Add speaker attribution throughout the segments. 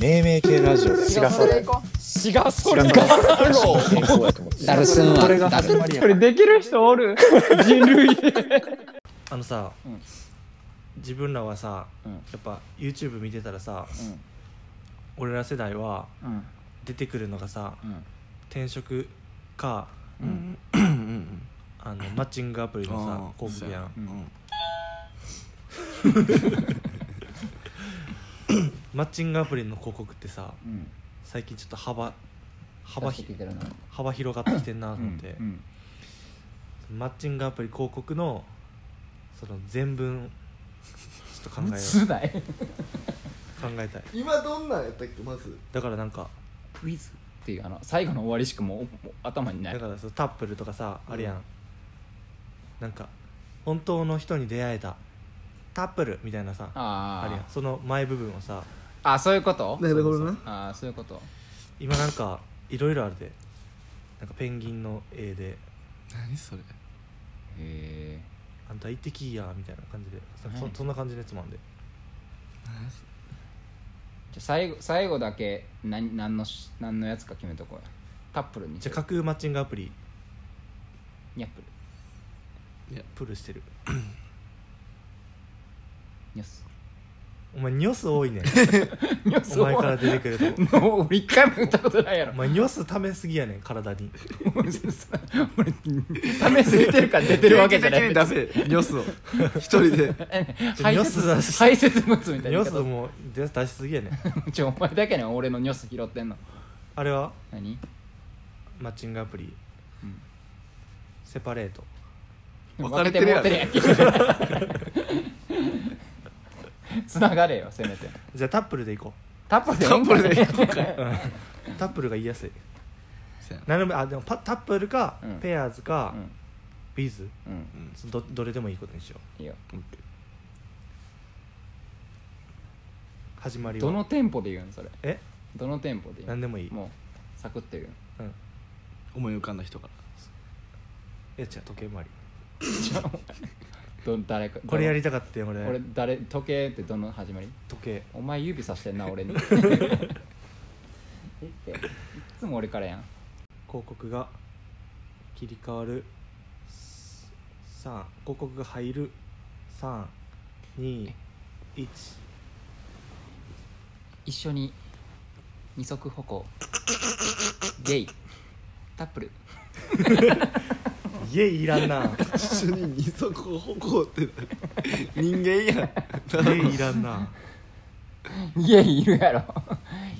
Speaker 1: 命名系ラジオだよ
Speaker 2: 違うそれ行こ
Speaker 3: 違うそれ
Speaker 1: 違う
Speaker 3: か
Speaker 1: 健康やと思って
Speaker 4: ダルスンは
Speaker 2: これが
Speaker 4: ダル
Speaker 3: これできる人おる人類
Speaker 5: あのさ、
Speaker 2: うん
Speaker 5: 自分らはさ、
Speaker 2: うん
Speaker 5: やっぱ YouTube 見てたらさ、
Speaker 2: うん
Speaker 5: 俺ら世代は
Speaker 2: ううん
Speaker 5: 出てくるのがさ
Speaker 2: うん
Speaker 5: 転職か
Speaker 2: うん
Speaker 5: あのマッチングアプリのさ広告やん、 マッチングアプリの広告ってさ
Speaker 2: うん
Speaker 5: 最近ちょっと幅幅
Speaker 4: 幅
Speaker 5: ひ
Speaker 4: 引いてるな
Speaker 5: 幅広がってきてんな
Speaker 2: う
Speaker 5: と思って、
Speaker 2: ん
Speaker 5: マッチングアプリ広告のその全文ちょっと考えよ
Speaker 2: つない
Speaker 5: 考えたい
Speaker 6: 今どんなんやったっけまず
Speaker 5: だからなんか
Speaker 2: クイズっていうあの最後の終わりしかもうもう頭にな
Speaker 5: だ
Speaker 2: い
Speaker 5: からそのタップルとかさあるやん、なんか本当の人に出会えたタップルみたいなさあるや
Speaker 2: あ
Speaker 5: んその前部分をさ
Speaker 2: ああそういうこと
Speaker 6: なるほどな
Speaker 2: ああそういうこと
Speaker 5: 今なんかいろいろあるでなんかペンギンの絵で
Speaker 3: 何それ
Speaker 2: へえ
Speaker 5: 「あんた行ってきいや」みたいな感じでそ
Speaker 2: はい
Speaker 5: そそんな感じのやつもあんで
Speaker 2: じゃあ最後最後だけ何何のし何のやつか決めとこうやタップルに
Speaker 5: じゃあ架空マッチングアプリ
Speaker 2: ニャップル
Speaker 5: プルしてる
Speaker 2: ニョス
Speaker 5: お前ニョス多いねん
Speaker 2: ニョス
Speaker 5: お前から出てくると
Speaker 2: もう俺一回も言ったことないやろ
Speaker 5: お前ニョスためすぎやねん体に
Speaker 2: 俺試すぎてるから出てるわけじゃない
Speaker 6: 出せニョスを一人で
Speaker 2: 排
Speaker 5: ニョスだし
Speaker 2: 泄排泄物みたい
Speaker 5: ニ
Speaker 2: な言
Speaker 5: ョ
Speaker 2: い
Speaker 5: ス
Speaker 2: 方
Speaker 5: もう出出しすぎやねん
Speaker 2: ちょお前だけね俺のニョス拾ってんの
Speaker 5: あれは
Speaker 2: 何
Speaker 5: マッチングアプリ、
Speaker 2: うん
Speaker 5: セパレート
Speaker 6: 分かれてるやん
Speaker 2: 分けてもら ってるやんつながれよせめて
Speaker 5: じゃあタップルでいこ
Speaker 2: タップルでいいんだね
Speaker 6: タッ
Speaker 5: うタップルが言いやすい
Speaker 3: せやな
Speaker 5: なるべあでもパタップルか、
Speaker 2: うん
Speaker 5: ペアーズか、
Speaker 2: うん
Speaker 5: ビーズ
Speaker 2: うん
Speaker 5: どどれでもいいことにしよ
Speaker 2: いいよ
Speaker 3: オッケー
Speaker 5: う始まりは
Speaker 2: どのテンポで言うんそれ
Speaker 5: え
Speaker 2: どのテンポで言う
Speaker 5: 何でもいい
Speaker 2: もうサクッと言う
Speaker 5: うん
Speaker 3: 思い浮かんだ人から
Speaker 5: えじゃあ時計回り
Speaker 2: ど誰か
Speaker 5: これや
Speaker 2: り
Speaker 5: りたかったよ俺
Speaker 2: 俺誰時計ってどの始まり
Speaker 5: 時計
Speaker 2: お前指さしてんな俺に えっていっつも俺からやん
Speaker 5: 広告が切り替わるす3広告が入る321
Speaker 2: 一緒に二足歩行ゲイタップル
Speaker 5: 家いらんな
Speaker 6: 一緒に二足歩行って人間やん
Speaker 5: 家いらんな
Speaker 2: ゲイいるやろ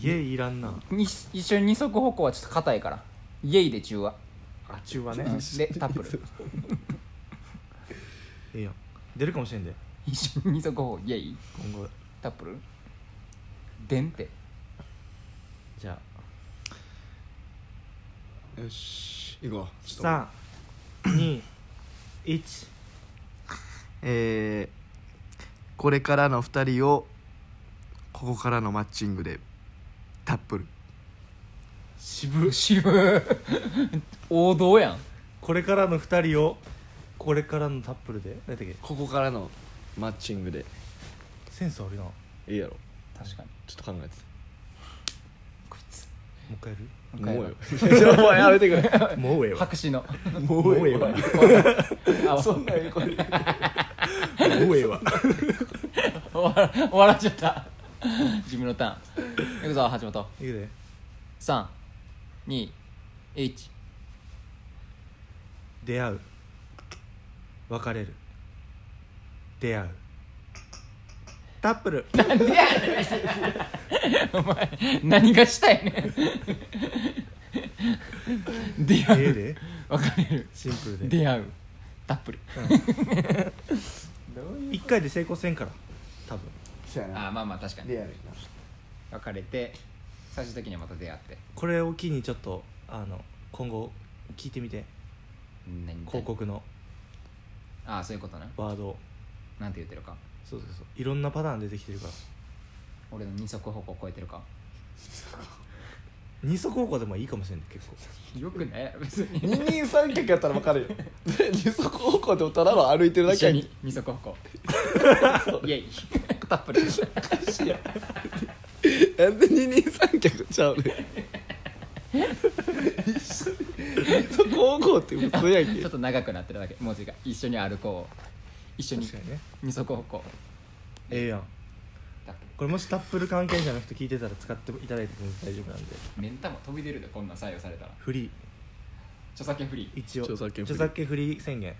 Speaker 5: 家いらんな
Speaker 2: に一緒に二足歩行はちょっと硬いからゲイで中和
Speaker 5: あ中はね
Speaker 2: うんでタップル
Speaker 5: ええやん出るかもしれんで
Speaker 2: 一緒に二足歩行ゲイ
Speaker 5: 今後
Speaker 2: タップルでんって
Speaker 5: じゃ
Speaker 3: よし行こうちょっ
Speaker 5: あ321
Speaker 6: えー、これからの二人をここからのマッチングでタップル
Speaker 5: 渋
Speaker 2: 渋王道やん
Speaker 5: これからの2人をこれからのタップルで何だっけ
Speaker 3: とここからのマッチングで
Speaker 5: センスあるなも
Speaker 3: いいやろ
Speaker 2: 確かに
Speaker 3: ちょっと考えて
Speaker 2: こいつ
Speaker 5: う一回
Speaker 3: たも
Speaker 5: やる
Speaker 3: うよじゃあお前やめてくれ
Speaker 5: もうええわ
Speaker 2: 白紙の
Speaker 5: もうええわも
Speaker 2: あ
Speaker 3: そんな横に
Speaker 5: うええわ
Speaker 2: 終わ終わらっちゃった自分のターンいくぞ橋本
Speaker 5: いくで
Speaker 2: 321
Speaker 5: 出会う別れる出会うタッ プル
Speaker 2: お前何がしたいねん出
Speaker 5: え
Speaker 2: 会
Speaker 5: え
Speaker 2: う
Speaker 5: で
Speaker 2: 別れる
Speaker 5: シンプルで
Speaker 2: 出会うタップル
Speaker 5: 1回で成功せんから多分
Speaker 6: そうや
Speaker 2: あーまあまあ確かに
Speaker 6: アルな
Speaker 2: 別れて最終的にはまた出会って
Speaker 5: これを機にちょっとあの今後聞いてみて
Speaker 2: 何
Speaker 5: 広告の
Speaker 2: ああそういうことね
Speaker 5: ワードを
Speaker 2: なんて言ってるか
Speaker 5: そうそうそういろんなパターン出てきてるから
Speaker 2: 俺の二足歩行超えてるか
Speaker 5: 二足歩行でもいいかもしれない結構
Speaker 2: よくないやろ別に
Speaker 3: 二人三脚やったら分か るよで二足歩行でもただの歩いてるだ
Speaker 2: 一
Speaker 3: け
Speaker 2: 緒
Speaker 3: やん
Speaker 2: に二足歩行イエイタップル
Speaker 3: だなんで二人三脚ちゃうねん一緒に二足 歩行って普通やんけ
Speaker 2: ちょっと長くなってるだけ文字が一緒に歩こう一緒に
Speaker 5: 確かにね
Speaker 2: 二足歩行
Speaker 5: ええやん
Speaker 2: だけ
Speaker 5: これもしタップル関係じゃなくて聞いてたら使っていただいても大丈夫なんで
Speaker 2: メンタも飛び出るでこんなん採用されたら
Speaker 5: フリ
Speaker 2: 著作権フリ
Speaker 5: ー一応
Speaker 3: 著作権フリー
Speaker 5: フリー宣言
Speaker 2: ー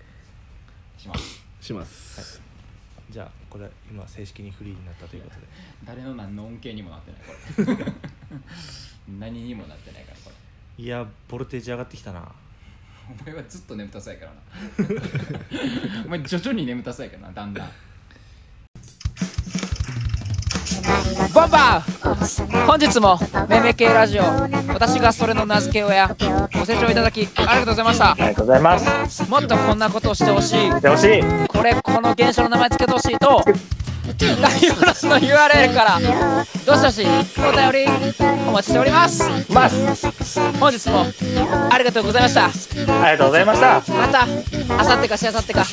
Speaker 2: します
Speaker 3: します
Speaker 5: じゃあこれ今正式にフリーになったということで
Speaker 2: 誰の何の恩恵にもなってないこれ何にもなってないからこれ
Speaker 5: いやボルテージ上がってきたな
Speaker 2: お前はずっと眠たそうやからなお前徐々に眠たそうやからなだんだん
Speaker 4: ボンバー本日もめめ系ラジオ私がそれの名付け親ご清聴いただきありがとうございました
Speaker 7: ありがとうございます。
Speaker 4: もっとこんなことをしてほしい
Speaker 7: でほしい。
Speaker 4: これこの現象の名前つけてほしいと概要欄の URL からどしどしお便りお待ちしております
Speaker 7: ます。
Speaker 4: 本日もありがとうございました
Speaker 7: ありがとうございました。
Speaker 4: またあさってかしあさってか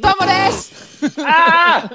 Speaker 4: どうもです
Speaker 7: ああ。